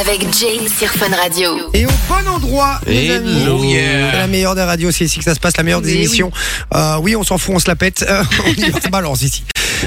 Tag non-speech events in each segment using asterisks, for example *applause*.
Avec Jay sur Fun Radio. Et au bon endroit, les amis. Hello. Oh, Yeah. C'est la meilleure des radios, c'est ici que ça se passe, la meilleure des Mais émissions. Euh, oui, on s'en fout, on se la pète. Euh, *laughs* on y va, ça balance ici.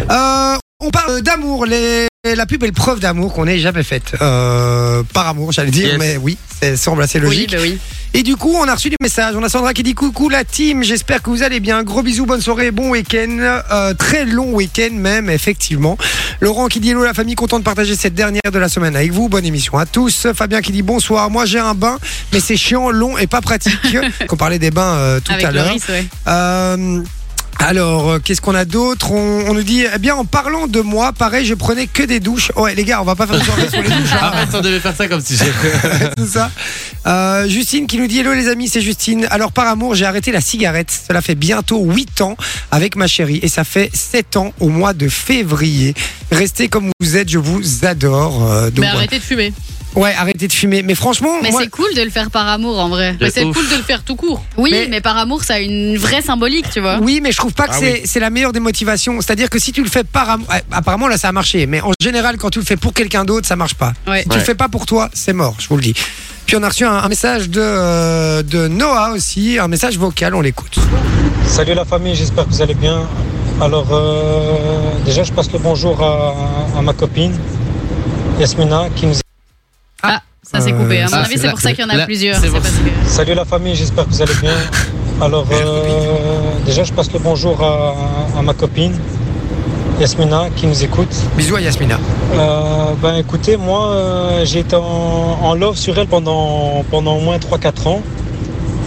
Euh, on parle d'amour, les- la plus belle preuve d'amour qu'on ait jamais faite. Euh, par amour, j'allais dire, Yes. mais oui, ça semble assez Oui, logique. bah oui. Et du coup, on a reçu des messages. On a Sandra qui dit coucou la team, j'espère que vous allez bien. Gros bisous, bonne soirée, bon week-end. Euh, très long week-end même, effectivement. Laurent qui dit hello la famille, content de partager cette dernière de la semaine avec vous. Bonne émission à tous. Fabien qui dit bonsoir, moi j'ai un bain, mais c'est chiant, long et pas *laughs* pratique. Qu'on parlait des bains euh, tout Avec à l'heure. Loris, ouais. Euh, alors, euh, qu'est-ce qu'on a d'autre on, on nous dit, eh bien, en parlant de moi, pareil, je prenais que des douches. Ouais, les gars, on va pas faire une soirée *laughs* sur les douches. hein. Arrête, on devait faire ça comme si j'ai. C'est ça. Euh, Justine qui nous dit Hello les amis, c'est Justine. Alors par amour, j'ai arrêté la cigarette. Cela fait bientôt 8 ans avec ma chérie et ça fait 7 ans au mois de février. Restez comme vous êtes, je vous adore. Euh, donc, Mais voilà. arrêtez de fumer. Ouais, arrêtez de fumer. Mais franchement, Mais moi, c'est cool de le faire par amour en vrai. Mais De c'est ouf. cool de le faire tout court. Oui, Mais- mais, par amour, ça a une vraie symbolique, tu vois. Oui, mais je trouve pas que Ah c'est c'est la meilleure des motivations. C'est-à-dire que si tu le fais par am- ouais, apparemment là ça a marché, mais en général quand tu le fais pour quelqu'un d'autre ça marche pas. Ouais. Si tu le Ouais. fais pas pour toi, c'est mort, je vous le dis. Puis on a reçu un, un message de euh, de Noah aussi, un message vocal, on l'écoute. Salut la famille, j'espère que vous allez bien. Alors, euh, déjà, je passe le bonjour à, à ma copine, Yasmina, qui nous Ah, ça s'est coupé. hein. À mon Ah, avis, c'est c'est là- pour ça qu'il y en a là- plusieurs. c'est C'est pour parce ça. que- Salut la famille, j'espère que vous allez bien. Alors, euh, déjà, je passe le bonjour à, à ma copine, Yasmina, qui nous écoute. Bisous à Yasmina. Euh, ben écoutez, moi, euh, j'ai été en, en love sur elle pendant, pendant au moins 3-4 ans.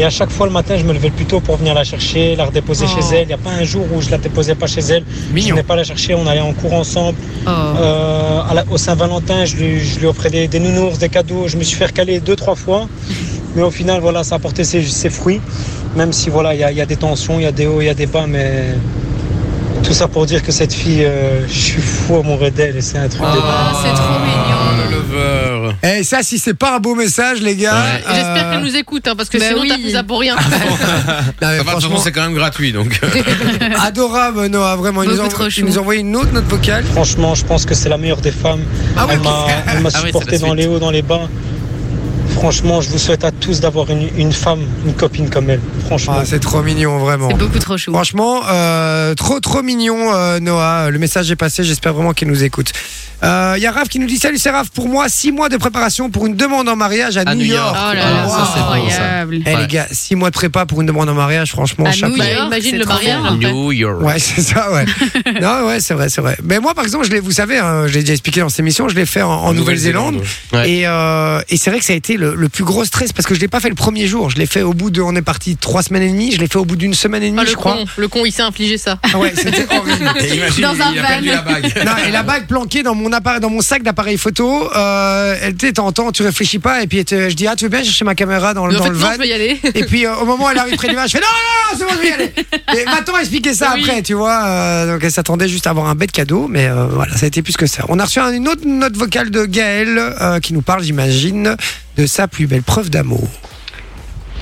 Et à chaque fois le matin, je me levais plus tôt pour venir la chercher, la redéposer Oh. chez elle. Il n'y a pas un jour où je la déposais pas chez elle. Je Mignon. venais pas la chercher, on allait en cours ensemble. Oh. Euh, à la- au Saint-Valentin, je lui, je lui offrais des, des nounours, des cadeaux. Je me suis fait recaler deux, trois fois. Mais au final, voilà, ça a porté ses, ses fruits. Même si, voilà, il y a, il y a des tensions, il y a des hauts, il y a des bas, mais tout ça pour dire que cette fille, euh, je suis fou amoureux d'elle et c'est un truc de Ah. dingue. c'est trop mignon. Le lover. Eh, ça, si c'est pas un beau message, les gars. Ouais. euh, J'espère qu'elle nous écoute, hein, parce que Bah sinon oui. t'as fait ça pour Ah, rien. euh, non, mais Ça va, de toute franchement, façon, c'est quand même gratuit donc. euh, adorable, Noah, vraiment. Il nous, Beaucoup a- trop il chou. nous a envoyé une autre note vocale. Franchement, je pense que c'est la meilleure des femmes. Ah ouais, elle m'a elle m'a Ah ouais, supporté c'est la dans les suite. hauts, dans les bas. Franchement, je vous souhaite à tous d'avoir une, une femme, une copine comme elle. Franchement. Ah, c'est trop mignon, vraiment. C'est beaucoup trop chou. Franchement, euh, trop trop mignon, euh, Noah. Le message est passé. J'espère vraiment qu'il nous écoute. Euh, Il y a Raph qui nous dit Salut, c'est Raph. Pour moi, six mois de préparation pour une demande en mariage à, À New York. Ah, Oh là là, Wow. ça, c'est c'est beau, ça. incroyable. Eh, les Ouais. gars, six mois de prépa pour une demande en mariage, franchement, À chapeau. New York. Bah, imagine c'est le trop mariage. bien. après. New York. Ouais, c'est ça, *laughs* ouais. non, ouais, c'est vrai, c'est vrai. Mais moi, par exemple, je l'ai, vous savez, hein, je l'ai déjà expliqué dans cette émission, je l'ai fait en, en Nouvelle-Zélande. ouais. Et, euh, et c'est vrai que ça a été le, le plus gros stress parce que je l'ai pas fait le premier jour. Je l'ai fait au bout de, on est parti trois semaines et demie. Je l'ai fait au bout d'une semaine et demie, Ah, je le crois. con, le con, il s'est infligé ça. Ah ouais, c'était *laughs* horrible. Et imagine, Dans un il a van. *laughs* perdu la bague. Non, et la bague planquée dans mon appareil, dans mon sac d'appareil photo, euh, elle tu sais, t'entends, tu réfléchis pas et puis elle te- je dis ah tu veux bien chercher ma caméra dans, Mais le- en dans fait, le non, van. je vais y aller. Et puis euh, au moment où elle arrive près du van, je fais non, non, non, c'est bon, je vais y aller. Et va-t'en expliquer ça Ah Oui. après, tu vois. euh, donc elle s'attendait juste à avoir un bête cadeau, mais euh, voilà, ça a été plus que ça. On a reçu un- une autre note vocale de Gaël euh, qui nous parle, j'imagine, de sa plus belle preuve d'amour.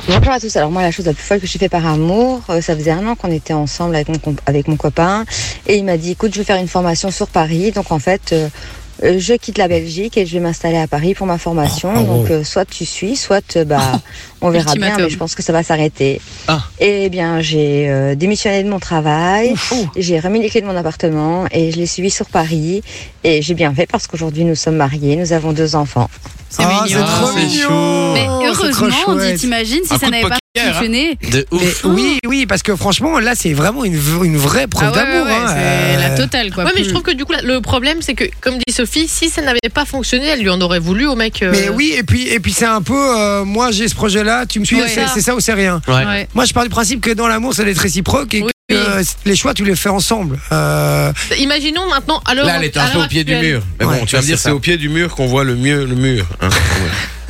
Bonjour à tous. Alors moi, la chose la plus folle que j'ai fait par amour, euh, ça faisait un an qu'on était ensemble avec mon, comp- avec mon copain, et il m'a dit, écoute, je vais faire une formation sur Paris. Donc en fait, euh, euh, je quitte la Belgique et je vais m'installer à Paris pour ma formation. Oh, oh, donc euh, soit tu suis, soit euh, bah on verra bien, Ultimatum. mais je pense que ça va s'arrêter. Ah. Et bien, j'ai euh, démissionné de mon travail, j'ai remis les clés de mon appartement et je l'ai suivi sur Paris. Et j'ai bien fait parce qu'aujourd'hui, nous sommes mariés, nous avons deux enfants. C'est Ah, mignon. C'est trop Ah, c'est mignon. chaud. Mais c'est trop heureusement, on dit, chouette. t'imagines si Un coup ça de n'avait pas poker, hein. fonctionné. De Mais ouf. oui, oui, parce que franchement, là, c'est vraiment une, v- une vraie preuve Ah ouais, d'amour. ouais, hein. c'est la Euh, totale quoi. Ouais, mais Plus- je trouve que du coup, là, le problème, c'est que, comme dit Sophie, si ça n'avait pas fonctionné, elle lui en aurait voulu au mec. euh, Mais oui, et puis, et puis c'est un peu, euh, moi j'ai ce projet-là, tu me suis, Ouais. c'est c'est ça ou c'est rien. Ouais. Ouais. Moi je pars du principe que dans l'amour, c'est d'être réciproque et Oui. que euh, les choix, tu les fais ensemble. Euh, *laughs* Imaginons maintenant, alors. Là, elle est un peu au pied du mur. Mais Ouais, bon, tu vas me c'est dire, ça. c'est au pied du mur qu'on voit le mieux, le mur. hein. *laughs*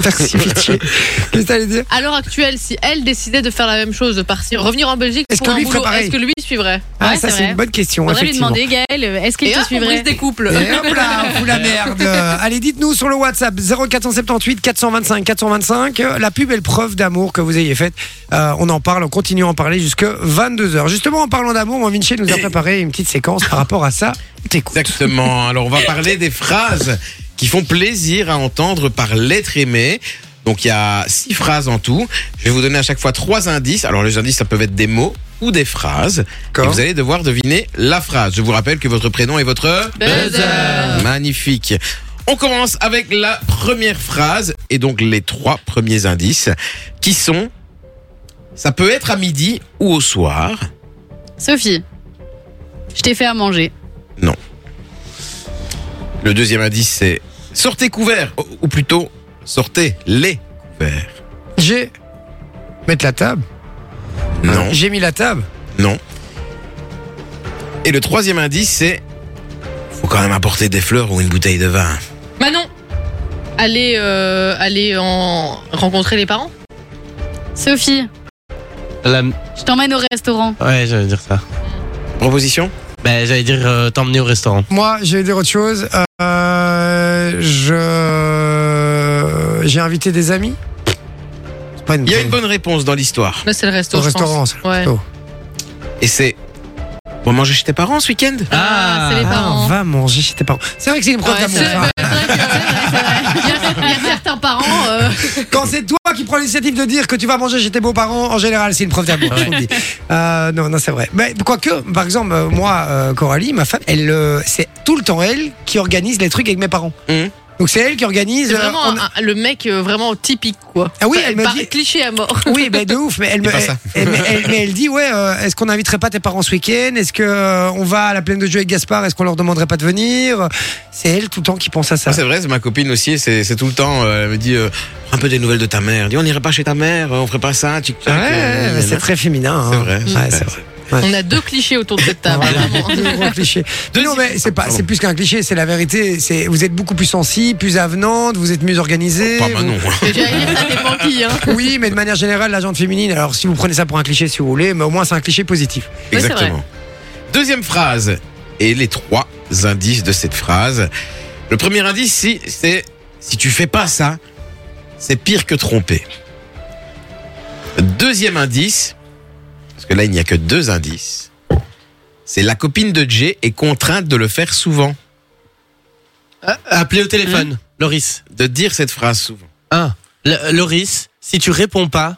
merci, pitié. Qu'est-ce que t'allais dire À l'heure actuelle, si elle décidait de faire la même chose, de partir, revenir en Belgique, Est-ce pour que un lui ferait boulot, pareil est-ce que lui suivrait Ah, Ouais, c'est ça c'est vrai. une bonne question. Faudrait lui effectivement. demander, Gaël, est-ce qu'il Et te hop, on brise suivrait des couples. Et hop là, on fout *laughs* la merde. Euh, Allez, dites-nous sur le WhatsApp 0478 425 425 euh, la plus belle preuve d'amour que vous ayez faite. Euh, on en parle, on continue à en parler jusque 22h. Justement, en parlant d'amour, mon Vinci nous a préparé une petite séquence par rapport à ça. T'écoutes. Exactement. Alors, on va parler des phrases qui font plaisir à entendre par l'être aimé. Donc il y a six phrases en tout. Je vais vous donner à chaque fois trois indices. Alors les indices, ça peut être des mots ou des phrases. Et D'accord. vous allez devoir deviner la phrase. Je vous rappelle que votre prénom est votre... *laughs* Buzzer. Magnifique. On commence avec la première phrase et donc les trois premiers indices qui sont... Ça peut être à midi ou au soir. Sophie, je t'ai fait à manger. Le deuxième indice, c'est sortez couverts, ou- ou plutôt sortez les couverts. J'ai. Mettre la table. Non, J'ai mis la table. Euh, non. Et le troisième indice, c'est faut quand même apporter des fleurs ou une bouteille de vin. Manon, allez, euh, allez en... rencontrer les parents. Sophie, La- je t'emmène au restaurant. Ouais, j'allais dire ça. Proposition Ben, j'allais dire euh, t'emmener au restaurant. Moi, je vais dire autre chose. Euh, je. J'ai invité des amis. C'est pas une. Il y a bonne- une bonne réponse dans l'histoire. Là, c'est le resto. Au je pense. restaurant, c'est le Ouais. resto. Et c'est on va manger chez tes parents ce week-end Ah, c'est les Ah, parents. on va manger chez tes parents. C'est vrai que c'est une preuve Ouais, d'amour. c'est- hein. c'est vrai que- Il y a- il y a certains parents. euh, Quand c'est toi qui prends l'initiative de dire que tu vas manger chez tes beaux-parents, en général, c'est une preuve d'amour. je vous le dis. Euh, non, non, c'est vrai. Mais quoique, par exemple, euh, moi, euh, Coralie, ma femme, elle, euh, c'est tout le temps elle qui organise les trucs avec mes parents. Mhm. Donc c'est elle qui organise. C'est euh, vraiment on- un- un- le mec euh, vraiment typique, quoi. Ah oui, Enfin, elle me par- dit- Cliché à mort. Oui, ben de ouf. Mais elle, me, pas ça. elle- elle- elle- mais elle dit ouais. euh, Est-ce qu'on n'inviterait pas tes parents ce week-end Est-ce que euh, on va à la plaine de jeu avec Gaspard Est-ce qu'on leur demanderait pas de venir C'est elle tout le temps qui pense à ça. Ah, c'est vrai, c'est ma copine aussi, c'est c'est tout le temps. euh, Elle me dit euh, un peu des nouvelles de ta mère. Dis, on n'irait pas chez ta mère, euh, on ferait pas ça, Ouais, tic-tac. euh, ouais, ouais, c'est nanana. très féminin. hein. C'est vrai, c'est Ouais, vrai, c'est c'est vrai. On a deux clichés autour de cette table. Voilà, vraiment. *laughs* deux gros clichés. Mais non, mais c'est pas, c'est plus qu'un cliché, c'est la vérité. C'est, vous êtes beaucoup plus sensible, plus avenante, vous êtes mieux organisée. Pas Manon. hein. J'allais dire, ça dépend qui, hein. Vous- Oui, mais de manière générale, la gente féminine. Alors, si vous prenez ça pour un cliché, si vous voulez, mais au moins c'est un cliché positif. Oui, c'est Exactement. Deuxième phrase et les trois indices de cette phrase. Le premier indice, si, c'est si tu fais pas ça, c'est pire que tromper. Deuxième indice, parce que là il n'y a que deux indices, c'est la copine de Jay est contrainte de le faire souvent, Appeler ah, au téléphone. Hein Loris. de dire cette phrase souvent. Ah. L- Loris, si tu réponds pas,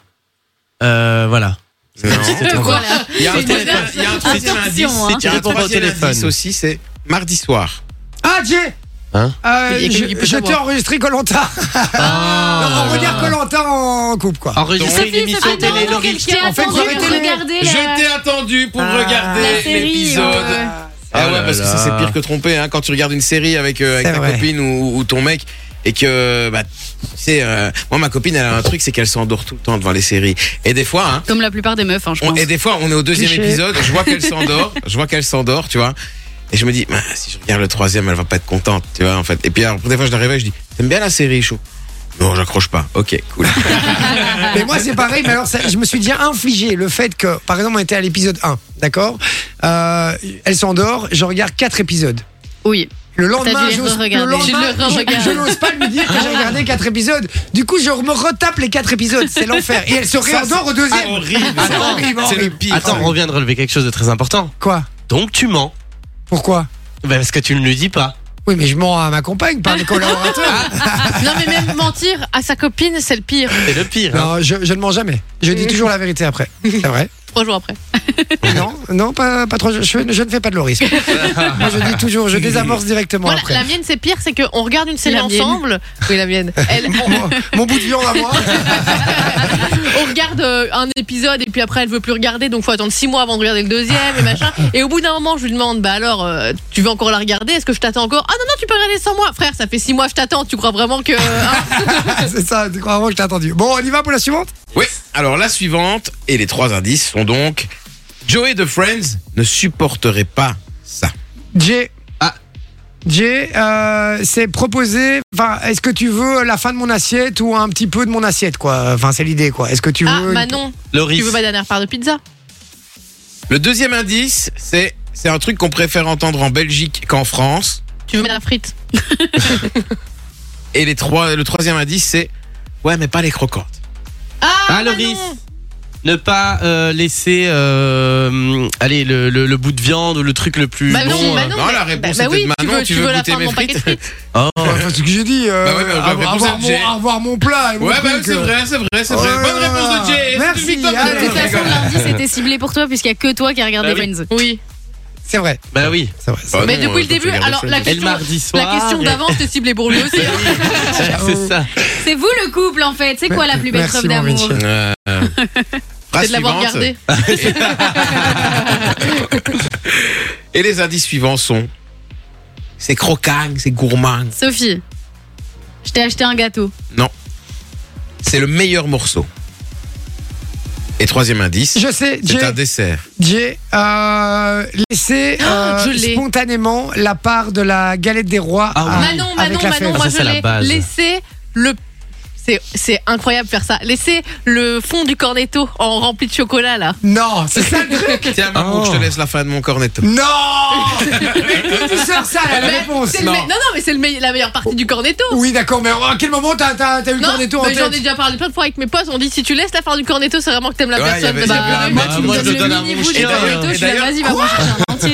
euh, voilà. Non. C'était quoi Il y a un C'est troisième bizarre. il y a un troisième indice, Attention, hein. il y a un Tu réponds pas au troisième téléphone. indice aussi, c'est mardi soir. Ah, Jay. Hein Euh, Il y a quelqu'un qui je peut je t'ai savoir. enregistré Colanta. Ah. On va dire Colanta en coupe quoi. Enregistrer une Sophie, émission Sophie, télé, attends, Loris. quelqu'un En fait, attendu vous pour arrêtez les- regarder la- Je t'ai attendu pour Ah. regarder La série, euh, l'épisode. ouais. Ah Oh ouais, là parce que ça là. c'est pire que tromper. Hein, quand tu regardes une série avec, euh, avec C'est ta vrai. copine ou, ou ton mec et que, bah, tu sais, euh, moi ma copine elle a un truc, c'est qu'elle s'endort tout le temps devant les séries. Et des fois, hein, Comme la plupart des meufs, hein, je on- pense. et des fois on est au deuxième Cliché. épisode, je vois qu'elle s'endort, je vois qu'elle s'endort, tu vois. Et je me dis, bah, si je regarde le troisième, elle va pas être contente, tu vois, en fait. Et puis, alors, des fois, je l'arrive et je dis, t'aimes bien la série, chaud Non, j'accroche pas. Ok, cool. Mais moi, c'est pareil, mais alors, ça- je me suis déjà infligé le fait que, par exemple, on était à l'épisode 1, d'accord Euh, Elle s'endort, je regarde 4 épisodes. Oui. Le Ah, T'as lendemain, dû les j'ose- le re-regarder. lendemain, Tu le je re-regardes. je n'ose pas lui dire que j'ai regardé 4 épisodes. Du coup, je me retape les 4 épisodes. C'est l'enfer. Et elle se réendort au deuxième. Ah. horrible. C'est horrible, C'est le horrible. pire. Attends, on vient de relever quelque chose de très important. Quoi Donc tu mens. Pourquoi Ben, parce que tu ne lui dis pas. Oui, mais je mens à ma compagne, pas à mes collaborateurs. Ah, Non, mais même mentir à sa copine, c'est le pire. C'est le pire. Non, hein. je, je ne mens jamais. Je dis toujours la vérité après. C'est vrai Trois jours après. Non, non, pas, pas trop. Je, je ne fais pas de loris. *laughs* Moi, je dis toujours, je désamorce directement Voilà, après. la mienne, c'est pire, c'est qu'on regarde une série La mienne. ensemble. Oui, la mienne. Elle, on, mon, mon bout de viande à moi. *laughs* on regarde euh, un épisode et puis après elle veut plus regarder donc faut attendre six mois avant de regarder le deuxième et machin et au bout d'un moment je lui demande bah alors euh, tu veux encore la regarder est-ce que je t'attends encore ah non non tu peux regarder sans moi frère ça fait six mois je t'attends tu crois vraiment que Ah, hein C'est ça, tu crois vraiment que je t'ai attendu. Bon, on y va pour la suivante Oui, alors la suivante et les trois indices sont donc Joey de Friends ne supporterait pas ça. Jay. Ah. Jay, euh, c'est proposé. Enfin, est-ce que tu veux la fin de mon assiette ou un petit peu de mon assiette, quoi Enfin, c'est l'idée, quoi. Est-ce que tu ah veux. bah Manon Loris. tu veux ma dernière part de pizza Le deuxième indice, c'est c'est un truc qu'on préfère entendre en Belgique qu'en France. tu veux ma dernière frite Et les trois, le troisième indice, c'est ouais, mais pas les croquantes. ah Ah, Manon Loris. ne pas euh, laisser euh, hum, allez, le, le- le bout de viande ou le truc le plus. Bah long, non, euh. bah non. non, mais- la réponse était oui, de tu Manon, veux, tu tu veux veux la goûter fin de mes mon paquet de frites frites. Oh. Enfin, c'est ce que j'ai dit. euh, Bah ouais, mais la avoir, réponse, avoir c'est Jay. mon, avoir mon plat. Et mon Ouais, bah truc, oui, c'est euh. vrai, c'est vrai, c'est vrai. Ouais. Bonne réponse de Jay. C'est Merci, une victoire de allez. De toute Jay, les façon, gars. lundi, c'était ciblé pour toi, puisqu'il n'y a que toi qui a regardé Bah oui. Friends. Oui. C'est vrai. Bah oui. C'est vrai. Bah Mais non, euh, depuis quand le tu début, regardes alors Friends. la Et le question, mardi la soir. question d'avant, c'était ciblé pour lui aussi. *laughs* C'est ça. C'est vous le couple, en fait. C'est quoi la plus belle Merci, preuve mon d'amour Vinci. Euh, euh, *laughs* phrase C'est de l'avoir suivante. gardé. Et les indices suivants sont c'est croquant, c'est gourmand, Sophie, je t'ai acheté un gâteau. c'est le meilleur morceau. Et troisième indice, Je sais, c'est un Jay, *laughs* dessert. Jay euh, laissez euh, je l'ai. spontanément la part de la galette des rois. Ah ouais. à- Manon, avec Manon, la Manon, fève. moi Ça, c'est je la l'ai. base. Laissez le. c'est- C'est incroyable de faire ça. Laissez le fond du cornetto en rempli de chocolat là. Non, c'est ça le truc. Tiens, Maman, Oh. je te laisse la fin de mon cornetto. Non Mais tu sors ça, là, la Mais réponse. c'est le me- non, non, mais c'est le me- la meilleure partie du cornetto. Oui, d'accord, mais à quel moment t'as t'as- t'as eu le Non, cornetto en mais j'en ai tête déjà parlé plein de fois avec mes potes. On dit si tu laisses la fin du cornetto, c'est vraiment que t'aimes la Ouais, y personne. avait- Bah, y avait un ouais, mec tu me qui me donnes disait, le donne un mini bon bout du chien. cornetto, Et je suis là, d'ailleurs- vas-y, va manger un entier.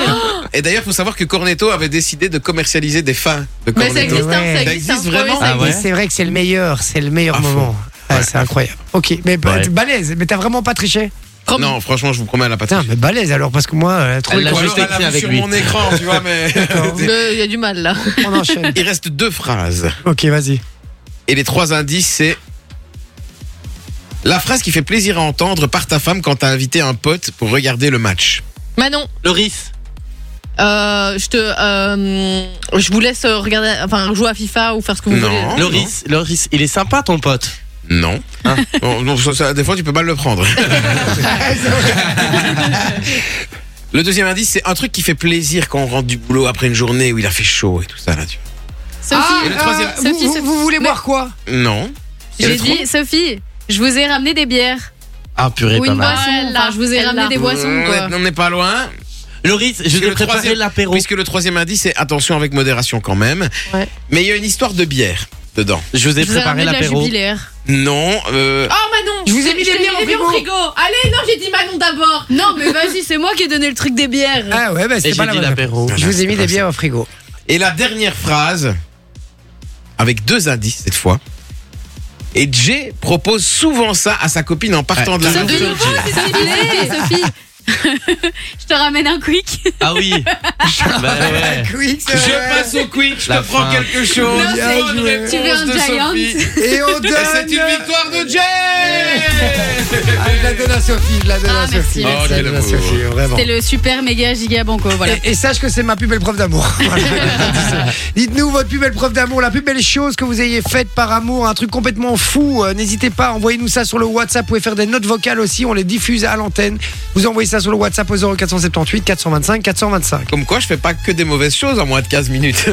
Et d'ailleurs, faut savoir que Cornetto avait décidé de commercialiser des fins de Mais ça cornetto. existe, hein, Ouais. Ça ça existe, hein, existe oui, vraiment ça Ah ouais. existe. Mais C'est vrai que c'est le meilleur, c'est le meilleur À fond. moment. Ouais, c'est incroyable. Ok, mais ba- Ouais. balèze, mais t'as vraiment pas triché Promis. Non, franchement, je vous promets, elle a pas Putain, triché. mais balèze alors, parce que moi, euh, trop Elle le l'a Ou cornetto. alors, juste elle a vu écrit avec sur lui. mon écran, tu vois, *laughs* mais. *laughs* Le- Il y a du mal là. On enchaîne. Il reste deux phrases. Ok, vas-y. Et les trois indices, c'est. La phrase qui fait plaisir à entendre par ta femme quand t'as invité un pote pour regarder le match. Manon, Loris. euh, je te, euh, je vous laisse euh, regarder, enfin jouer à FIFA ou faire ce que vous Non. Oh. voulez. Loris. Loris. Il est sympa ton pote. Non. Ah. *laughs* Bon, non, ça- ça, des fois, tu peux mal le *laughs* prendre. *laughs* le deuxième indice, c'est un truc qui fait plaisir quand on rentre du boulot après une journée où il a fait chaud et tout ça. Là, tu vois. Sophie, Et le troisième- vous, Sophie, vous- Sophie. vous voulez boire quoi Non. Et le j'ai dit, Sophie, je vous ai ramené des bières. Ah purée, Ou pas une mal. boisson. Elle l'a, Enfin, je vous ai elle l'a. ramené des boissons, On quoi. est- on n'est pas loin. Loris, je Puisque vais le préparer troisième- l'apéro. Puisque le troisième indice, c'est attention avec modération quand même. Ouais. Mais il y a une histoire de bière dedans. Je vous ai Je vous ai préparé ramené de la l'apéro. jubilaire. Oh, Non. euh, Ah Oh Manon, Je vous ai mis des t'ai bières au frigo. Oh, Allez, non, j'ai dit Manon d'abord. Non, mais vas-y, c'est moi qui ai donné le truc des bières. Ah ouais, bah Et c'est j'ai pas la dit bonne. l'apéro. Je vous ai mis Comme des ça. bières au frigo. Et la dernière phrase, avec deux indices cette fois. Et Jay propose souvent ça à sa copine en partant Ouais. de la Ça maison. De nouveau, c'est ciblé, Sophie. *laughs* Je te ramène un quick. Ah oui. *laughs* Bah ouais. Oui, c'est vrai. Je passe au quick, je La te prends fin. quelque chose. Bien Bonne joué. réponse Tu veux un de giant Sophie. Et on donne. Et c'est une victoire *laughs* de Jay Ah, je la donne à Sophie, je la donne Ah, à merci, Sophie. merci. Je la donne à Oh, quel amour. Sophie, vraiment. C'était le super méga giga banco, voilà. Et, et sache que c'est ma plus belle *laughs* preuve d'amour. *laughs* Voilà. Dites-nous votre plus belle preuve d'amour, la plus belle chose que vous ayez faite par amour, un truc complètement fou. Euh, N'hésitez pas, envoyez-nous ça sur le WhatsApp. Vous pouvez faire des notes vocales aussi, on les diffuse à l'antenne. Vous envoyez ça sur le WhatsApp au 0478 425 425. Comme quoi, je fais pas que des mauvaises choses en moins de 15 minutes.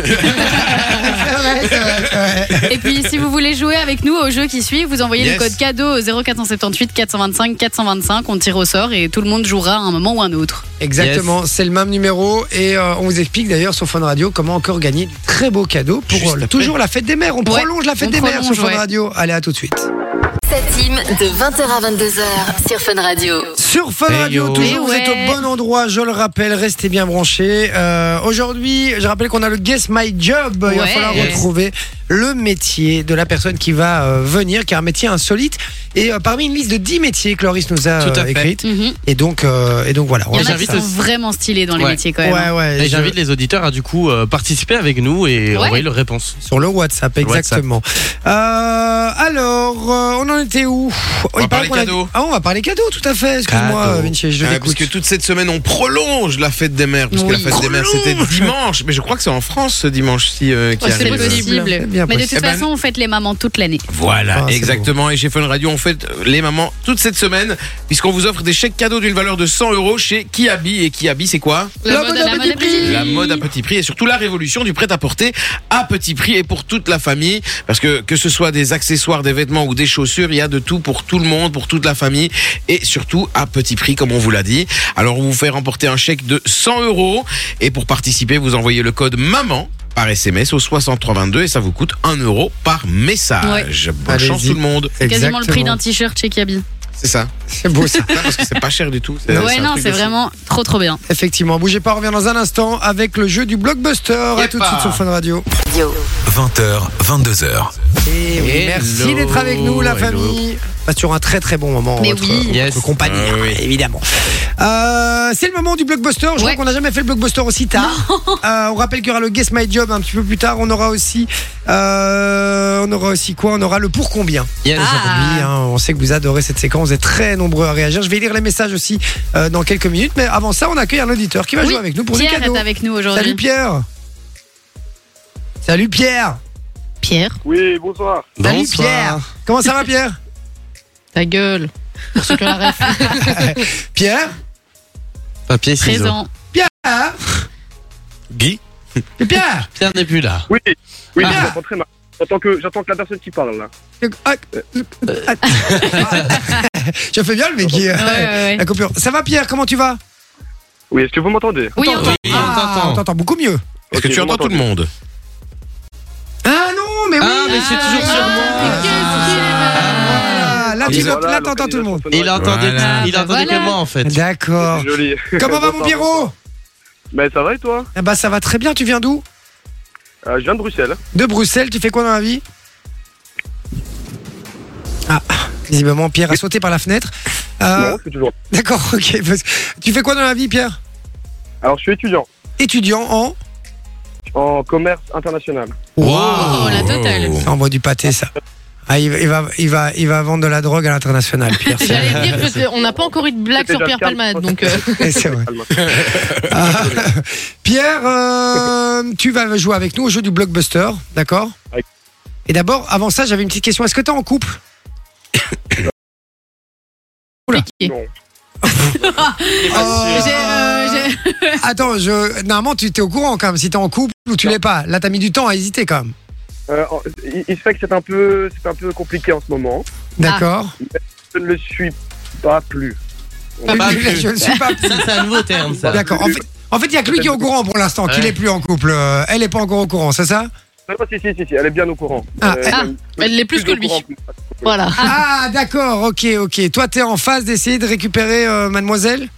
Et puis, si vous voulez jouer avec nous au jeu qui suit, vous envoyez Yes. le code cadeau au 0478 425 425. On tire au sort et tout le monde jouera à un moment ou un autre. Exactement, c'est le même numéro et euh, on vous explique d'ailleurs sur Fun Radio comment encore gagner du très beau cadeau pour Juste euh, après. toujours la fête des mères. On prolonge la fête on des mères sur prolonge, Fun ouais. Radio. Allez, à tout de suite. Sa team de 20h à 22h sur Fun Radio. Sur Fun Hey Radio, yo. toujours, Eh vous ouais. êtes au bon endroit, je le rappelle, restez bien branchés. Euh, Aujourd'hui, je rappelle qu'on a le Guess My Job. Il va Ouais. falloir retrouver le métier de la personne qui va euh, venir, qui a un métier insolite. Et euh, parmi une liste de 10 métiers que Loris nous a Tout à euh, fait. écrite. Mhm. Et donc, euh, et donc voilà. on Il y va en a faire qui j'invite sont aussi- vraiment stylés dans les Ouais. métiers quand ça. même. hein. Ouais, ouais. Et je- j'invite les auditeurs à du coup euh, participer avec nous et Ouais. envoyer leurs réponses. Sur le WhatsApp, exactement. Euh, alors, euh, on en était où On va Il paraît parler qu'on a- cadeau. Ah, on va parler cadeau, tout à fait. Excuse-moi, Cadeau. Vinci, je Ouais, t'écoute. parce que Ah, toute cette semaine, on prolonge la fête des mères. Parce que Oui. la fête des mères, c'était dimanche. Mais je crois que c'est en France ce dimanche-ci euh, qui Ouais, c'est arrive. possible. C'est bien Mais de possible. toute Eh ben- façon, on fête les mamans toute l'année. Voilà, Ah, c'est exactement. Et chez Fun Radio, on fête euh, les mamans toute cette semaine. Puisqu'on vous offre des chèques cadeaux d'une valeur de 100 euros chez Kiabi. Et Kiabi, c'est quoi La mode bonne à appétit. mode à petit La mode à petit prix et surtout la révolution du prêt-à-porter à petit prix et pour toute la famille. Parce que que ce soit des accessoires, des vêtements ou des chaussures, il y a de tout pour tout le monde, pour toute la famille et surtout à petit prix, comme on vous l'a dit. Alors, on vous fait remporter un chèque de 100 euros et pour participer, vous envoyez le code MAMAN par SMS au 6322 et ça vous coûte 1 euro par message. Bonne chance Allez-y. tout le monde. Quasiment le prix Exactement. d'un t-shirt chez Kaby. C'est ça. C'est beau ça. Ça, *laughs* parce que c'est pas cher du tout. C'est- Ouais, un non, truc c'est de fou. vraiment trop trop bien. Effectivement. Bougez pas, on revient dans un instant avec le jeu du blockbuster. À Yep. tout de suite sur Fun Radio. Radio. 20h, 22h. Et oui, Hello. merci d'être avec nous, la Hello. famille. Passe sur un très très bon moment. Mais votre, oui. votre Yes. compagnie, Ah oui. évidemment. Euh, c'est le moment du blockbuster. Je crois Ouais. qu'on n'a jamais fait le blockbuster aussi tard. Euh, on rappelle qu'il y aura le Guess My Job un petit peu plus tard. On aura aussi, euh, on aura aussi quoi On aura le pour combien Ah. Yes. aujourd'hui. hein. on sait que vous adorez cette séquence. Vous êtes très nombreux à réagir. Je vais lire les messages aussi euh, dans quelques minutes. Mais avant ça, on accueille un auditeur qui va Oui, jouer avec nous pour Pierre des cadeaux. est avec nous Salut aujourd'hui. Pierre. Salut Pierre. Pierre, Oui, bonsoir. Salut Bonsoir. Pierre. Comment ça va Pierre ta gueule. Pour ceux qui ont la ref. Pierre Papier, ciseaux. Présent. Pierre Guy Mais Pierre Pierre n'est plus là. Oui, oui, Ah. j'entends très mal. J'attends que, j'attends que la personne qui parle, là. Ah, ah, ah. Je fais bien le mec. euh, Ouais, ouais, ouais. La coupure. Ça va Pierre, comment tu vas Oui, est-ce que vous m'entendez Oui, on t'entend. Oui, Ah, on t'entend beaucoup mieux. Est-ce que Ok, tu vous entends tout le m'entendez monde Ah non, mais oui Ah, mais c'est toujours sur Ah, moi. Ah, Là, tu Oui, l'entends- voilà, là, t'entends tout le monde. Il l'organisation entendait, Voilà. il entendait Voilà. que moi en fait. D'accord. sonore. C'est *laughs* Joli. Comment *laughs* va mon Bonsoir, Pierrot bonsoir. Mais ça va et toi Eh ben, ça va très bien. Tu viens d'où Euh, Je viens de Bruxelles. De Bruxelles. Tu fais quoi dans la vie Ah, visiblement Pierre a sauté par la fenêtre. Euh, Non, c'est toujours. D'accord, *laughs* ok. parce que- Tu fais quoi dans la vie, Pierre Alors, je suis étudiant Étudiant en. en commerce international. Oh, la totale. Ça envoie du pâté, ça. Ah, il, va- il va, il, va, il va vendre de la drogue à l'international, Pierre. c'est- J'allais dire que c'est- on n'a pas encore eu de blague C'était sur déjà Pierre le cas. Palmade, donc euh, *laughs* C'est vrai. Allemand. Ah, Pierre, euh, tu vas jouer avec nous au jeu du blockbuster, d'accord Ouais. Et d'abord, avant ça, j'avais une petite question. Est-ce que t'es en couple compliqué. Non. Euh, J'ai, euh, j'ai- Ah. Attends, je... normalement, tu t'es au courant quand même si t'es en couple ou tu l'es pas. Là, t'as mis du temps à hésiter quand même. Euh, en- il, il se fait que c'est un peu, c'est un peu compliqué en ce moment. D'accord Je ne le suis pas plus. Pas je, *laughs* plus. je ne suis pas. Ça, *laughs* c'est un nouveau terme, *laughs* ça. D'accord. En fait, en fait, il n'y a que lui qui est au courant pour l'instant, qu'il Ouais. est plus en couple. Euh, elle n'est pas encore au courant, c'est ça Non, non, si, si, si, si, elle est bien au courant. Ah, Euh, ah, elle l'est plus que au lui. courant voilà. Ah, d'accord, ok, ok. Toi, t'es en phase d'essayer de récupérer euh, mademoiselle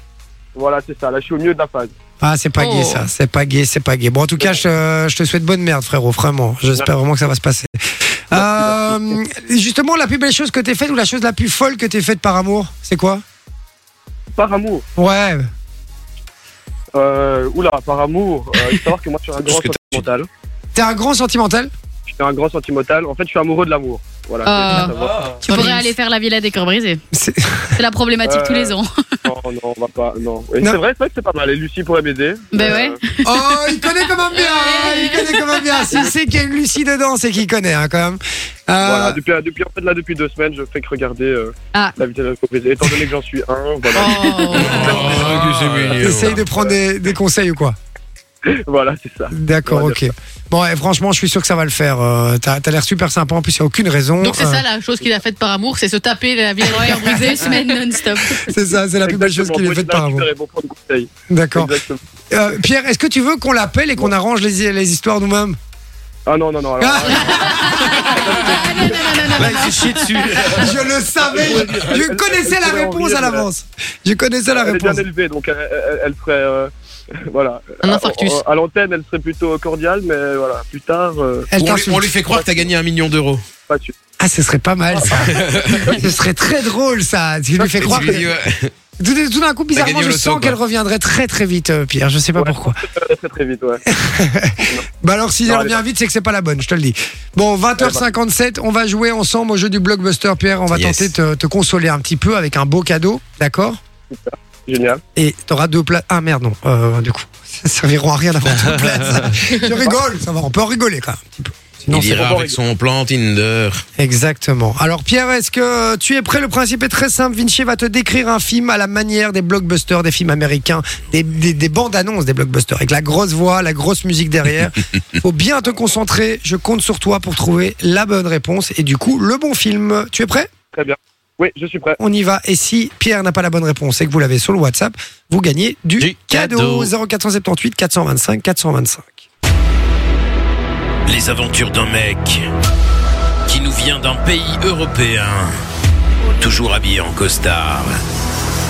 Voilà, c'est ça. Là, je suis au milieu de la phase. Ah, c'est pas Oh. gay ça, c'est pas gay, c'est pas gay. Bon, en tout cas, je, euh, je te souhaite bonne merde, frérot, vraiment. J'espère vraiment que ça va se passer. Euh, justement, la plus belle chose que t'aies faite ou la chose la plus folle que t'aies faite par amour, c'est quoi Par amour. Ouais. Euh, oula, par amour. Euh, il faut savoir que moi, je suis un Tout ce grand que t'as- sentimental. T'es un grand sentimental Je suis un grand sentimental. En fait, je suis amoureux de l'amour. Voilà. Ah. c'est bien à savoir. Tu pourrais aller faire la villa des cœurs brisés. C'est- C'est la problématique Euh, tous les ans. Non, non, on va pas. Non. Et Non. C'est vrai, c'est vrai que c'est pas mal. Et Lucie pourrait m'aider. Ben ouais. Oh, il connaît quand même bien, hein, il connaît quand même bien. S'il sait qu'il y a une Lucie dedans, c'est qu'il connaît hein, quand même. Euh, Ah. Voilà, depuis, depuis, en fait, là, depuis deux semaines, je fais que regarder euh, Ah. la vitesse de l'entreprise. Étant donné que j'en suis *laughs* un, voilà, Oh. Essaye de prendre des, des conseils ou quoi Oh. voilà c'est ça. D'accord, On va ok. Bon, ouais, franchement, je suis sûr que ça va le faire. Euh, T'as as, l'air super sympa. En plus, il n'y a aucune raison. Donc c'est Euh, ça la chose qu'il a faite par amour, c'est se taper la vie à cœur Deux brisé. semaines non-stop. Euh, C'est ça, c'est la plus belle chose qu'il ait faite par amour. D'accord. D'accord. Euh, Pierre, est-ce que tu veux qu'on l'appelle et qu'on arrange les, les histoires nous-mêmes Ah non, non, non. Alors, Ah, Bah, Là, il s'est chié dessus. Je le savais. Je, je connaissais la réponse à l'avance. Je connaissais Ah, la elle est bien réponse. élevée, donc elle, elle- elle serait. euh, *laughs* voilà. Un infarctus. À, à l'antenne, elle serait plutôt cordiale, mais voilà, plus tard, euh, Elle on lui, on t'insulte. lui fait croire que t'as gagné un million d'euros. pas sûr. Ah, ce serait pas mal *laughs* ça. ce serait très drôle ça. Tu lui fais Et tu croire lui que. dis, euh, ouais. Tout, tout d'un coup, bizarrement, gagné je au loto, sens quoi. qu'elle reviendrait très très vite, euh, Pierre. Je sais pas Ouais. pourquoi. Très, très, très vite, ouais. *laughs* Bah alors si Non, elle elle est revient vite, c'est que c'est pas la bonne, je te le dis. Bon, bah. 20h57, on va jouer ensemble au jeu du blockbuster, Pierre. On va Yes. tenter de te, te consoler un petit peu avec un beau cadeau, d'accord Génial. Et t'auras deux places. Ah merde, non, euh, du coup, *laughs* ça servira à rien d'avoir deux *laughs* places. je rigole, ça va, on peut en rigoler quand même, un petit peu. Il Sinon, c'est ira avec son plan Tinder. Exactement. Alors Pierre, est-ce que tu es prêt Le principe est très simple. Vinci va te décrire un film à la manière des blockbusters, des films américains, des, des- des bandes annonces des blockbusters, avec la grosse voix, la grosse musique derrière. Faut bien te concentrer. Je compte sur toi pour trouver la bonne réponse et du coup le bon film. Tu es prêt Oui, je suis prêt. On y va. Et si Pierre n'a pas la bonne réponse et que vous l'avez sur le WhatsApp, vous gagnez du, Du cadeau. cadeau. 0478 425 425. Les aventures d'un mec qui nous vient d'un pays européen. toujours habillé en costard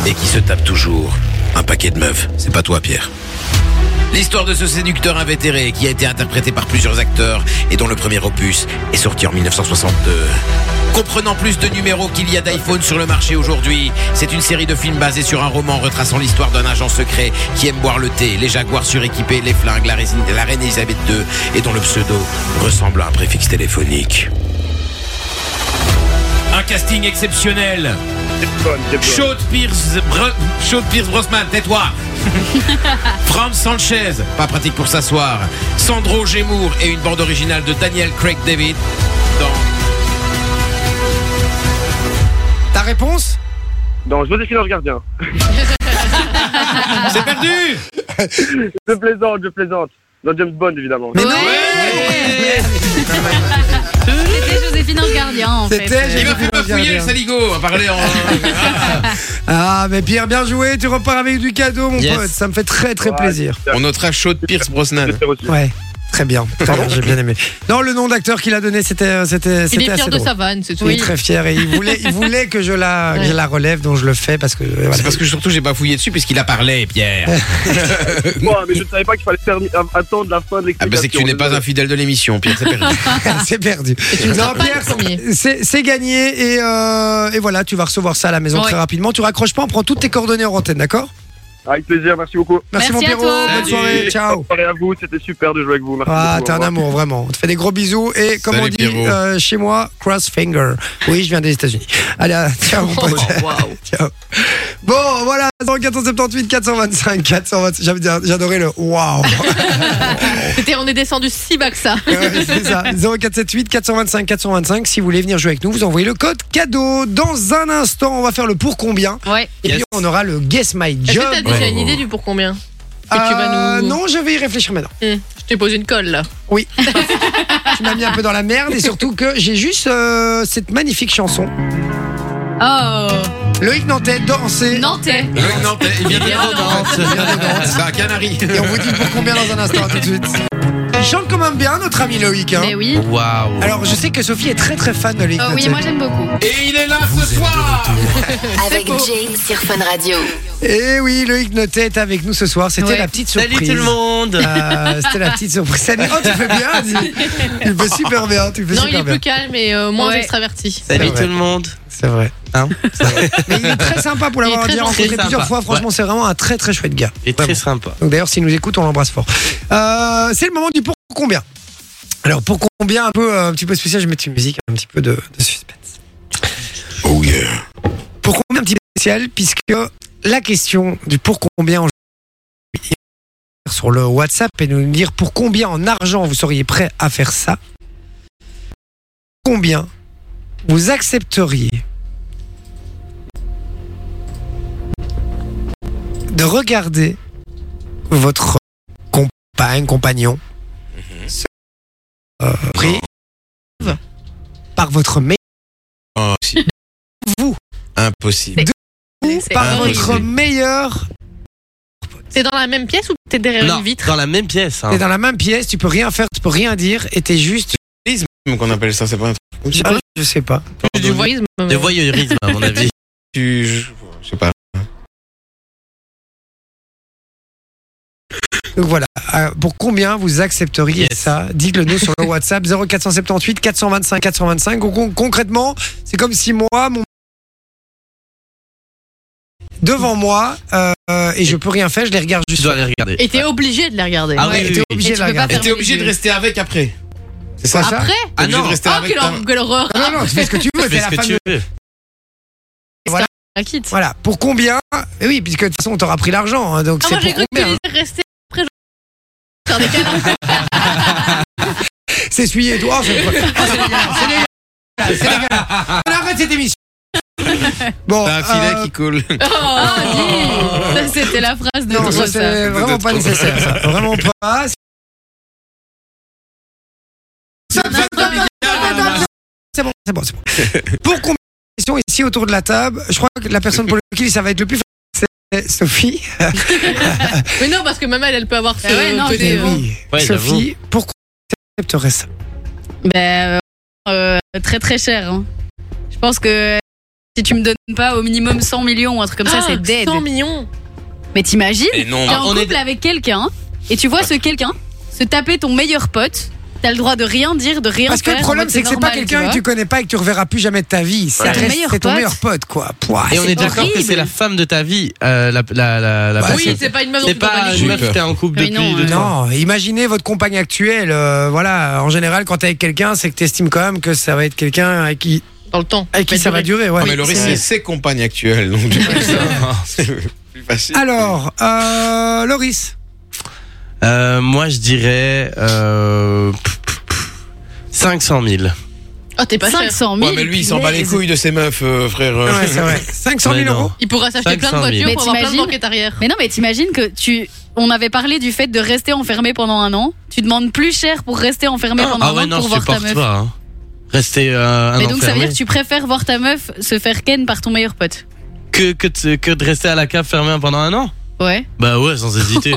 et qui se tape toujours un paquet de meufs. C'est pas toi, Pierre. L'histoire de ce séducteur invétéré qui a été interprété par plusieurs acteurs et dont le premier opus est sorti en 1962. Comprenant plus de numéros qu'il y a d'iPhone sur le marché aujourd'hui, c'est une série de films basés sur un roman retraçant l'histoire d'un agent secret qui aime boire le thé, les jaguars suréquipés, les flingues, la, résine- la reine Elisabeth II et dont le pseudo ressemble à un préfixe téléphonique. Un casting exceptionnel. Chaude Pierce, Br- Chaude Pierce Brosman, *laughs* tais-toi. Franz Sanchez, pas pratique pour s'asseoir. Sandro Gemour et une bande originale de Daniel Craig David dans Ta réponse Dans Joséphine Ange Gardien. Ah. C'est perdu Je plaisante, je plaisante. Dans James Bond, évidemment. Mais non C'était Joséphine Ange Gardien, en fait. C'était- Il m'a fait me fouiller le saligo à *laughs* parler en. Ah, mais Pierre, bien joué. Tu repars avec du cadeau, mon Yes. pote. Ça me fait très, très Ouais. plaisir. On notera Chaude Pierce Brosnan. Je t'ai reçu. Ouais. Très bien, très bien, j'ai bien aimé. Non, le nom d'acteur qu'il a donné, c'était c'était Il c'était est assez fier de drôle. sa vanne, c'est tout. Il est très fier et il voulait, il voulait que je la, que je la relève, donc je le fais parce que. euh, voilà. C'est parce que surtout j'ai pas fouillé dessus puisqu'il a parlé, Pierre. Ah, Ouais, mais je ne savais pas qu'il fallait faire- attendre la fin de Ah bah l'explication. c'est que tu n'es pas un fidèle de l'émission, Pierre, c'est *laughs* perdu. *laughs* c'est perdu. tu ne seras pas Pierre, le *laughs* premier. c'est c'est gagné et, euh, et voilà, tu vas recevoir ça à la maison Ouais. très rapidement. Tu raccroches pas, on prend toutes tes coordonnées en antenne, d'accord Avec plaisir, merci beaucoup. Merci Merci, mon à Pierrot, toi. bonne Salut. soirée, ciao. Bonne soirée à vous, c'était super de jouer avec vous. Merci Ah, beaucoup, t'es au un revoir. amour, vraiment. On te fait des gros bisous et, comme Salut, on dit Pierrot. euh, chez moi, cross finger. Oui, je viens des États-Unis. Allez, à- Oh, ciao, mon pote. Oh, Ciao. Bon, voilà, 478, 425, 426. J'adorais le waouh. *laughs* C'était- On est descendu si bas que *laughs* ça. Ouais, c'est ça. 0478 425 425. Si vous voulez venir jouer avec nous, vous envoyez le code cadeau. Dans un instant, on va faire le pour combien. Ouais. Et Yes. puis on aura le guess my Est-ce job. que t'as déjà une idée du pour combien que tu vas Euh, nous- Non, je vais y réfléchir maintenant. Hmm, Je t'ai posé une colle là. Tu m'as mis un peu dans la merde et surtout que j'ai juste euh, cette magnifique chanson. Oh. Loïc Nantais danser. Nantais. Loïc Nantais, il vient de Il vient de Nantes. C'est un canari. Et on vous dit pour combien dans un instant, à tout de suite. Il chante quand même bien, notre ami Loïc. hein. Mais oui. Waouh. Alors, je sais que Sophie est très très fan de Loïc Euh, Oh oui, Nantais. moi j'aime beaucoup. Et il est là ce soir Avec James sur Fun Radio. Et Eh oui, Loïc Notet est avec nous ce soir. C'était Ouais. la petite surprise. Salut tout le monde. Euh, C'était la petite surprise. Salut. Oh, tu fais bien. dis. Tu, le fais super bien. Tu le fais Non, il super est bien. plus calme et euh, moins Ouais. extraverti. Salut vrai. tout le monde. C'est vrai. Hein Mais il est très sympa pour Il est l'avoir très déjà gentil. rencontré Très plusieurs sympa. fois. Franchement, c'est vraiment un très très chouette gars. Et Vraiment. très sympa. Donc d'ailleurs, s'il nous écoute, on l'embrasse fort. Euh, c'est le moment du pour combien. Alors pour combien un peu euh, un petit peu spécial, je vais mettre une musique un petit peu de, de suspense. Oh yeah Pour combien un petit peu spécial puisque la question du pour combien en sur le WhatsApp et nous dire pour combien en argent vous seriez prêt à faire ça. Combien vous accepteriez de regarder votre compagne, compagnon, Mhm. se- euh, pris par votre meilleur, Oh, si. Vous. Impossible. ou C'est par horrible. votre meilleur, T'es dans la même pièce ou t'es derrière Non, une vitre dans la même pièce. hein. t'es dans la même pièce, tu peux rien faire, tu peux rien dire, et t'es juste, Qu'on appelle ça, c'est pas un truc. comme ça. Ah, je sais pas. Du voyeurisme. De voyeurisme, à mon avis. Tu- Je je sais pas. Donc voilà, Euh, pour combien vous accepteriez Yes. ça Dites-le nous *laughs* sur le WhatsApp 0478 425 425. Con- con- Concrètement, c'est comme si moi, mon devant moi, euh, euh, et je peux rien faire, je les regarde Tu juste. dois aller regarder. Et t'es obligé de les regarder. Ah Ouais, oui, et oui, t'es oui. obligé Et de tu la peux pas regarder. Et faire t'es obligé de rester avec après. C'est ça Sacha Après T'es Ah obligé de non. rester Ah, avec quelle ta- hor- quelle horreur. Non, non, *laughs* non, tu fais ce que tu veux, Fais t'es ce la que femme. tu veux. La quitte. Voilà, pour combien Et oui, puisque de toute façon, on t'aura pris l'argent, hein, donc Ah, c'est moi j'ai pour cru que tu combien allais dire rester après. genre, *laughs* Faire des câlins. S'essuyer et tout. Oh, c'est oh, c'est dégueulasse, c'est dégueulasse, c'est dégueulasse. On arrête cette émission. Bon, T'as un filet euh, qui coule. Oh, dis. Ça, c'était la phrase de Non, trop, ça ça. c'est vraiment pas nécessaire. ça. Vraiment pas. C'est bon, c'est bon, c'est bon. Pour combien de questions ici autour de la table Je crois que la personne pour laquelle ça va être le plus facile, c'est Sophie. Mais non, parce que même elle, elle peut avoir ce Ah ouais, non, côté. mais euh, Eh oui. Ouais, Sophie, pourquoi tu accepterais ça Ben, euh, euh, très très cher. hein. Je pense que Si tu me donnes pas au minimum 100 millions ou un truc comme ça, Ah, c'est dead. 100 millions. Mais t'imagines Et Eh non, T'es en on est- couple avec quelqu'un et tu vois ce quelqu'un se taper ton meilleur pote. T'as le droit de rien dire, de rien Parce que faire. le en problème, mode c'est que c'est pas normal, quelqu'un que vois. tu connais pas et que tu reverras plus jamais de ta vie. Ça Ouais. reste, Meilleur c'est ton pote. meilleur pote, quoi. Pouah, Et on est d'accord horrible. que c'est la femme de ta vie, euh, la, la, la, la Bah personne. Oui, c'est pas une meuf dont C'est tu dois pas pas une les- meuf, couilles. t'es en couple Mais depuis non, deux, hein. trois ans. Non, imaginez votre compagne actuelle. euh, voilà, en général, quand t'es avec quelqu'un, c'est que t'estimes quand même que ça va être quelqu'un avec qui, Dans le temps. avec qui ça va durer. ouais. Ah, mais Laurie, c'est c'est vrai. ses compagnes actuelles. Donc, du coup, *laughs* ça, c'est plus facile. Ah, Alors, euh, Loris, Euh, moi, je dirais euh, pff, pff, pff, 500 000. Ah, t'es pas cher. 500 000. Ouais, mais lui, il s'en bat les punaise. couilles de ses meufs, euh, frère. euh. ouais, c'est *laughs* vrai. 500 Mais 000 non. euros. Il pourra s'acheter plein de 500 000. Mais voitures pour avoir plein de t'imagines- banquettes arrière. Mais non, mais t'imagines que tu. On avait parlé du fait de rester enfermé pendant un an. Tu demandes plus cher pour rester enfermé pendant Ah un ouais, an non, pour je voir ta supporte meuf. pas. hein. Rester euh, un Mais an donc ça veut fermé. dire que tu préfères voir ta meuf se faire ken par ton meilleur pote. que, que, de- que de rester à la cave fermée pendant un an *laughs* Ouais. Bah ouais, sans *laughs* hésiter.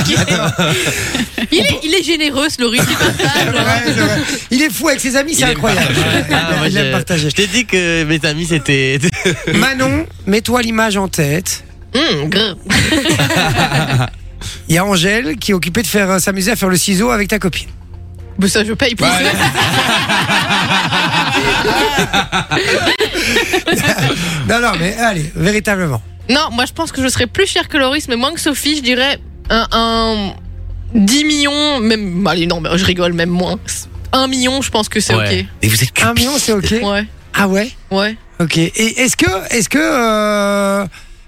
Il est, il est généreux, ce *laughs* Laurie. c'est pas ça, genre. Ouais, c'est vrai. Il est fou avec ses amis, c'est aime incroyable. partager. Ah, moi, Il aime j'ai- partager. Je t'ai dit que mes amis c'était. *laughs* Manon, mets-toi l'image en tête. Hum, grrr. Il y a Angèle qui est occupée de faire euh, s'amuser à faire le ciseau avec ta copine. Mais ça, je paye pour Bah, allez. ça. Non, non, mais allez, véritablement. Non, moi je pense que je serais plus cher que Loris, mais moins que Sophie, je dirais un, un 10 millions, même. Allez, non, mais je rigole, même moins. 1 million, je pense que c'est Ouais. Et vous êtes Un million, c'est ok. ok. Ouais, Ah ouais. ouais. Ok. Et est-ce que, est-ce que, euh,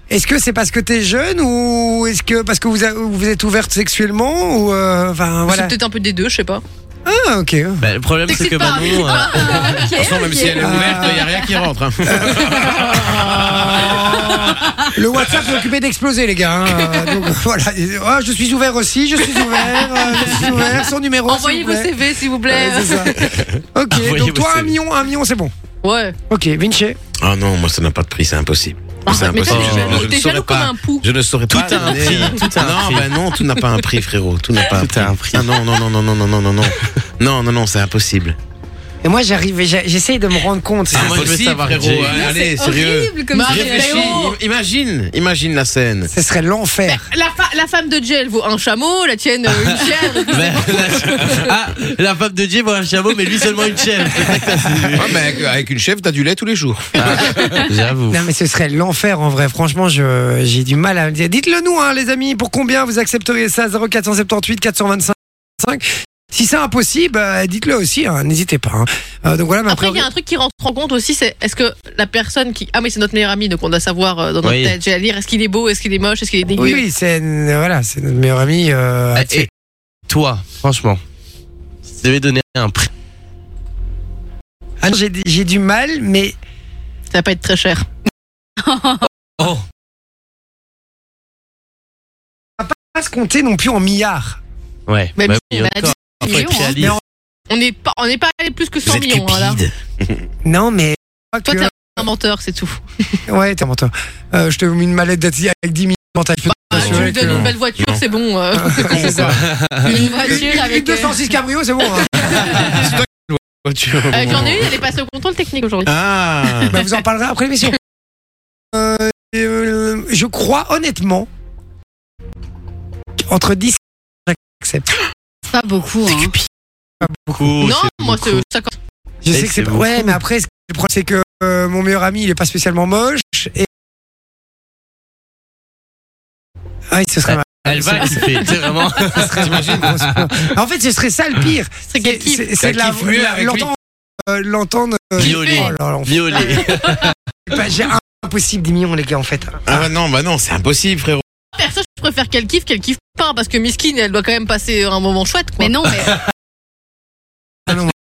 est-ce que c'est parce que t'es jeune ou est-ce que parce que vous a- vous êtes ouverte sexuellement ou euh, enfin C'est voilà. peut-être un peu des deux, je sais pas. Ah ok. Bah, le problème c'est que T'excites pas, Manon. euh, De toute façon, même si elle est Ah. ouverte, il n'y a rien qui rentre. hein. *laughs* *laughs* Le WhatsApp est occupé d'exploser les gars. hein. Euh, *laughs* Donc voilà. Ah, je suis ouvert aussi. Je suis ouvert. euh, je *laughs* suis ouvert. Son numéro. s'il Envoyez vous vos plaît. CV, s'il vous plaît. Ouais, c'est ça. *laughs* Ok. Envoyez donc vos toi un CV. million, un million, c'est bon. *laughs* ouais. Ok. Vinci. Ah non, moi, ça n'a pas de prix, c'est impossible. Ah, C'est mais toi, impossible. je- t'es jaloux, je ne t'es saurais jaloux comme pas. un pou. Je ne saurais pas. Tout a un donner- prix, tout a un non, prix. bah non, tout n'a pas un prix, frérot. Tout n'a pas un Tout prix. a un prix. Ah non, non, non, non, non, non, non, non, non. Non, non, non, c'est impossible. Et moi j'arrive, et j'a- j'essaye de me rendre compte. Ah, moi, je veux Impossible, savoir, frérot. Jay. Ouais, Allez, C'est sérieux. horrible comme Bah, sujet. réfléchis. Réfléchis. Imagine, imagine la scène. Ce serait l'enfer. La, fa- la femme de Jay, elle vaut un chameau, la tienne, euh, une *laughs* chèvre. bah, *laughs* la- ah, la femme de Dieu voit un chameau, mais lui seulement une chèvre. C'est ça que t'as su. Ouais, Ah, mais avec- avec une chef, t'as du lait tous les jours. *laughs* J'avoue. Non mais ce serait l'enfer en vrai. Franchement, je j'ai du mal à le dire. Dites-le nous hein, les amis, pour combien vous accepteriez ça 0478 425 Si c'est impossible, euh, dites-le aussi. hein, N'hésitez pas. hein. Euh, donc voilà. ma Après, il y a priori- un truc qui rentre en compte aussi, c'est est-ce que la personne qui. Ah, mais c'est notre meilleur ami, donc on doit savoir euh, dans notre Oui. tête. J'allais dire, est-ce qu'il est beau, est-ce qu'il est moche, est-ce qu'il est dégueu. Oui, oui, c'est euh, voilà, c'est notre meilleur ami. euh, Ah, Axel. et toi, franchement, si tu devais donner un prix. Ah, j'ai j'ai du mal, mais Ça va pas être très cher. Oh, pas se compter non plus en milliards. ouais. Mais bah, mais- oui, bah, encore. dix Faut être millions, hein. réaliste. Mais en- On n'est pas, on n'est pas allé plus que 100 Vous êtes millions, voilà. cupide. Non, mais Toi, t'es un menteur, c'est tout. ouais, t'es menteur. Euh, je te mets une mallette d'Ati avec 10 millions. Je peux Bah, t'assurer tu lui donnes que- une belle voiture, Non. c'est *laughs* bon. euh. C'est ça. Une Une, voiture une avec. euh, 206 cabrio, c'est bon. hein. Oh, Euh, J'en ai une, elle est passée au contrôle technique aujourd'hui. Ah. Bah, vous en parlerez après l'émission. Euh, euh, je crois honnêtement entre 10 et 15, j'accepte. C'est pas beaucoup. Hein. Beaucoup, non, c'est moi, beaucoup. c'est ça quand- Je Et sais que c'est c'est pas- beaucoup. Ouais, mais après, ce que- le problème, c'est que euh, mon meilleur ami, il est pas spécialement moche. Et... Ah, oui, ce serait ma- Elle va kiffer, *laughs* c'est vraiment. ce serait ma grosse peur. En fait, ce serait ça le pire. C'est qu'elle kiffe. c'est- c'est de la- kiffe mieux avec lui. l'entendre. euh, l'entendre. euh, Violer. oh là là, on fait Violet. pas- J'ai un- impossible 10 millions, les gars, en fait. Ah bah non, bah non, c'est impossible, frérot. Perso, je préfère qu'elle kiffe qu'elle kiffe pas, parce que Miskin, elle doit quand même passer un moment chouette, quoi. Mais non, mais *laughs*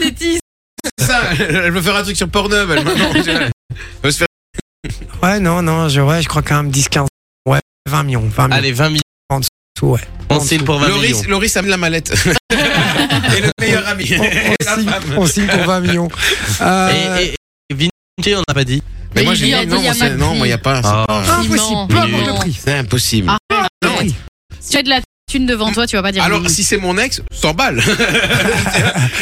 Bêtise. ça, elle veut faire un truc sur Pornhub, elle, maintenant. Elle veut se faire... Ouais, non, non, je, ouais, je crois quand même 10, 15. Ouais, 20 millions. 20 millions. Allez, 20 millions. tout, ouais. On signe pour 20 millions. Loris, Loris a mis la mallette. Et le meilleur *laughs* ami. on, Et la on signe, femme. on signe pour 20 millions. Euh, Et, et, et Vinci, on n'a pas dit. Mais moi, il j'ai dit, dit, il dit, non, il y a moi, pas c'est- de non, prix. moi, il n'y a pas. Ah. impossible, Non. peu importe Mais- le prix. C'est impossible. Ah, Le prix. tu as de la thune devant toi, tu vas pas dire. Alors, oui. si c'est mon ex, 100 *laughs* balles.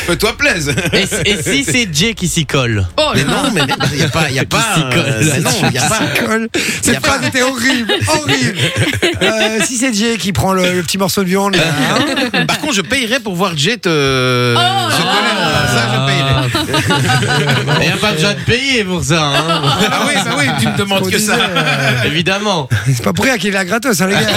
Fais-toi plaise. Et, et si c'est Jay qui s'y colle Oh, Mais non, mais il n'y a pas. Y a pas s'y colle. euh, mais non, il a pas. Colle. Y a Cette pas- phrase était horrible, horrible. Euh, si c'est Jay qui prend le, le petit morceau de viande, là, hein. Par contre, je payerais pour voir Jet. Oh là je là. connais, ça, je payerais. Ah. *laughs* Il n'y a pas besoin de payer pour ça, *laughs* hein. Ah oui, ça oui, tu me qu'on demandes que ça. disait, euh, évidemment. c'est pas pour rien qu'il est là gratos, hein, les gars.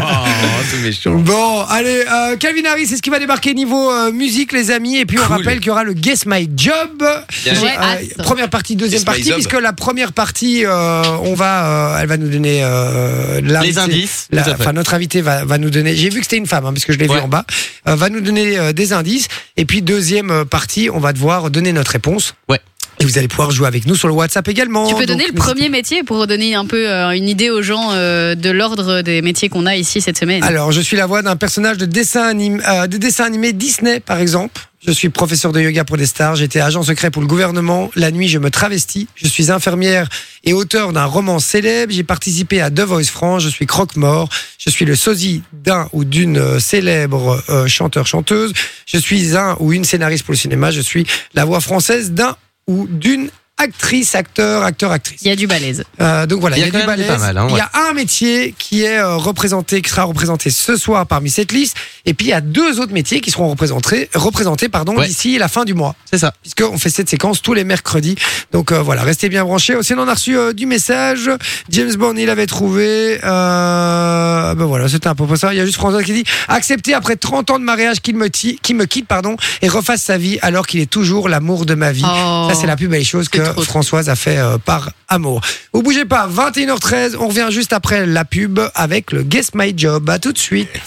Oh, c'est méchant. Bon, allez, euh, Calvin Harris, c'est ce qui va débarquer niveau euh, musique, les amis. Et puis on Cool. rappelle qu'il y aura le Guess My Job. Bien. J'ai Euh, hâte. première partie, deuxième Guess My partie, Job. puisque la première partie, euh, on va, euh, elle va nous donner euh, la- Les indices. la- tout à fait. Enfin, notre invité va, va nous donner. J'ai vu que c'était une femme, hein, parce que je l'ai Ouais. vu en bas. euh, va nous donner euh, des indices. Et puis deuxième euh, partie, on va devoir donner notre réponse. Ouais. Et vous allez pouvoir jouer avec nous sur le WhatsApp également. Tu peux Donc, donner le n'hésitez premier métier pour donner un peu euh, une idée aux gens euh, de l'ordre des métiers qu'on a ici cette semaine. Alors, je suis la voix d'un personnage de dessin, anim- euh, de dessin animé Disney, par exemple. Je suis professeur de yoga pour des stars. J'étais agent secret pour le gouvernement. La nuit, je me travestis. Je suis infirmière et auteur d'un roman célèbre. J'ai participé à The Voice France. Je suis croque-mort. Je suis le sosie d'un ou d'une euh, célèbre euh, chanteur-chanteuse. Je suis un ou une scénariste pour le cinéma. Je suis la voix française d'un ou d'une actrice, acteur, acteur, actrice. Il y a du balèze. Euh, donc voilà, Il il y y a a, quand du même des balèze. pas mal, hein, Il y a un métier qui est euh, représenté, qui sera représenté ce soir parmi cette liste. Et puis il y a deux autres métiers qui seront représentés, représentés pardon, Ouais. d'ici la fin du mois. C'est ça. Puisqu'on fait cette séquence tous les mercredis. Donc euh, voilà, restez bien branchés. Aussi, on a reçu euh, du message. James Bond, il avait trouvé. Euh, ben voilà, c'était un peu ça. Il y a juste François qui dit accepter après 30 ans de mariage qu'il me, ti- qu'il me quitte pardon, et refasse sa vie alors qu'il est toujours l'amour de ma vie. Oh. Ça, c'est la plus belle chose C'est que trop, trop. Françoise a fait euh, par amour. Vous bougez pas, 21h13, on revient juste après la pub avec le Guess My Job. À tout de suite.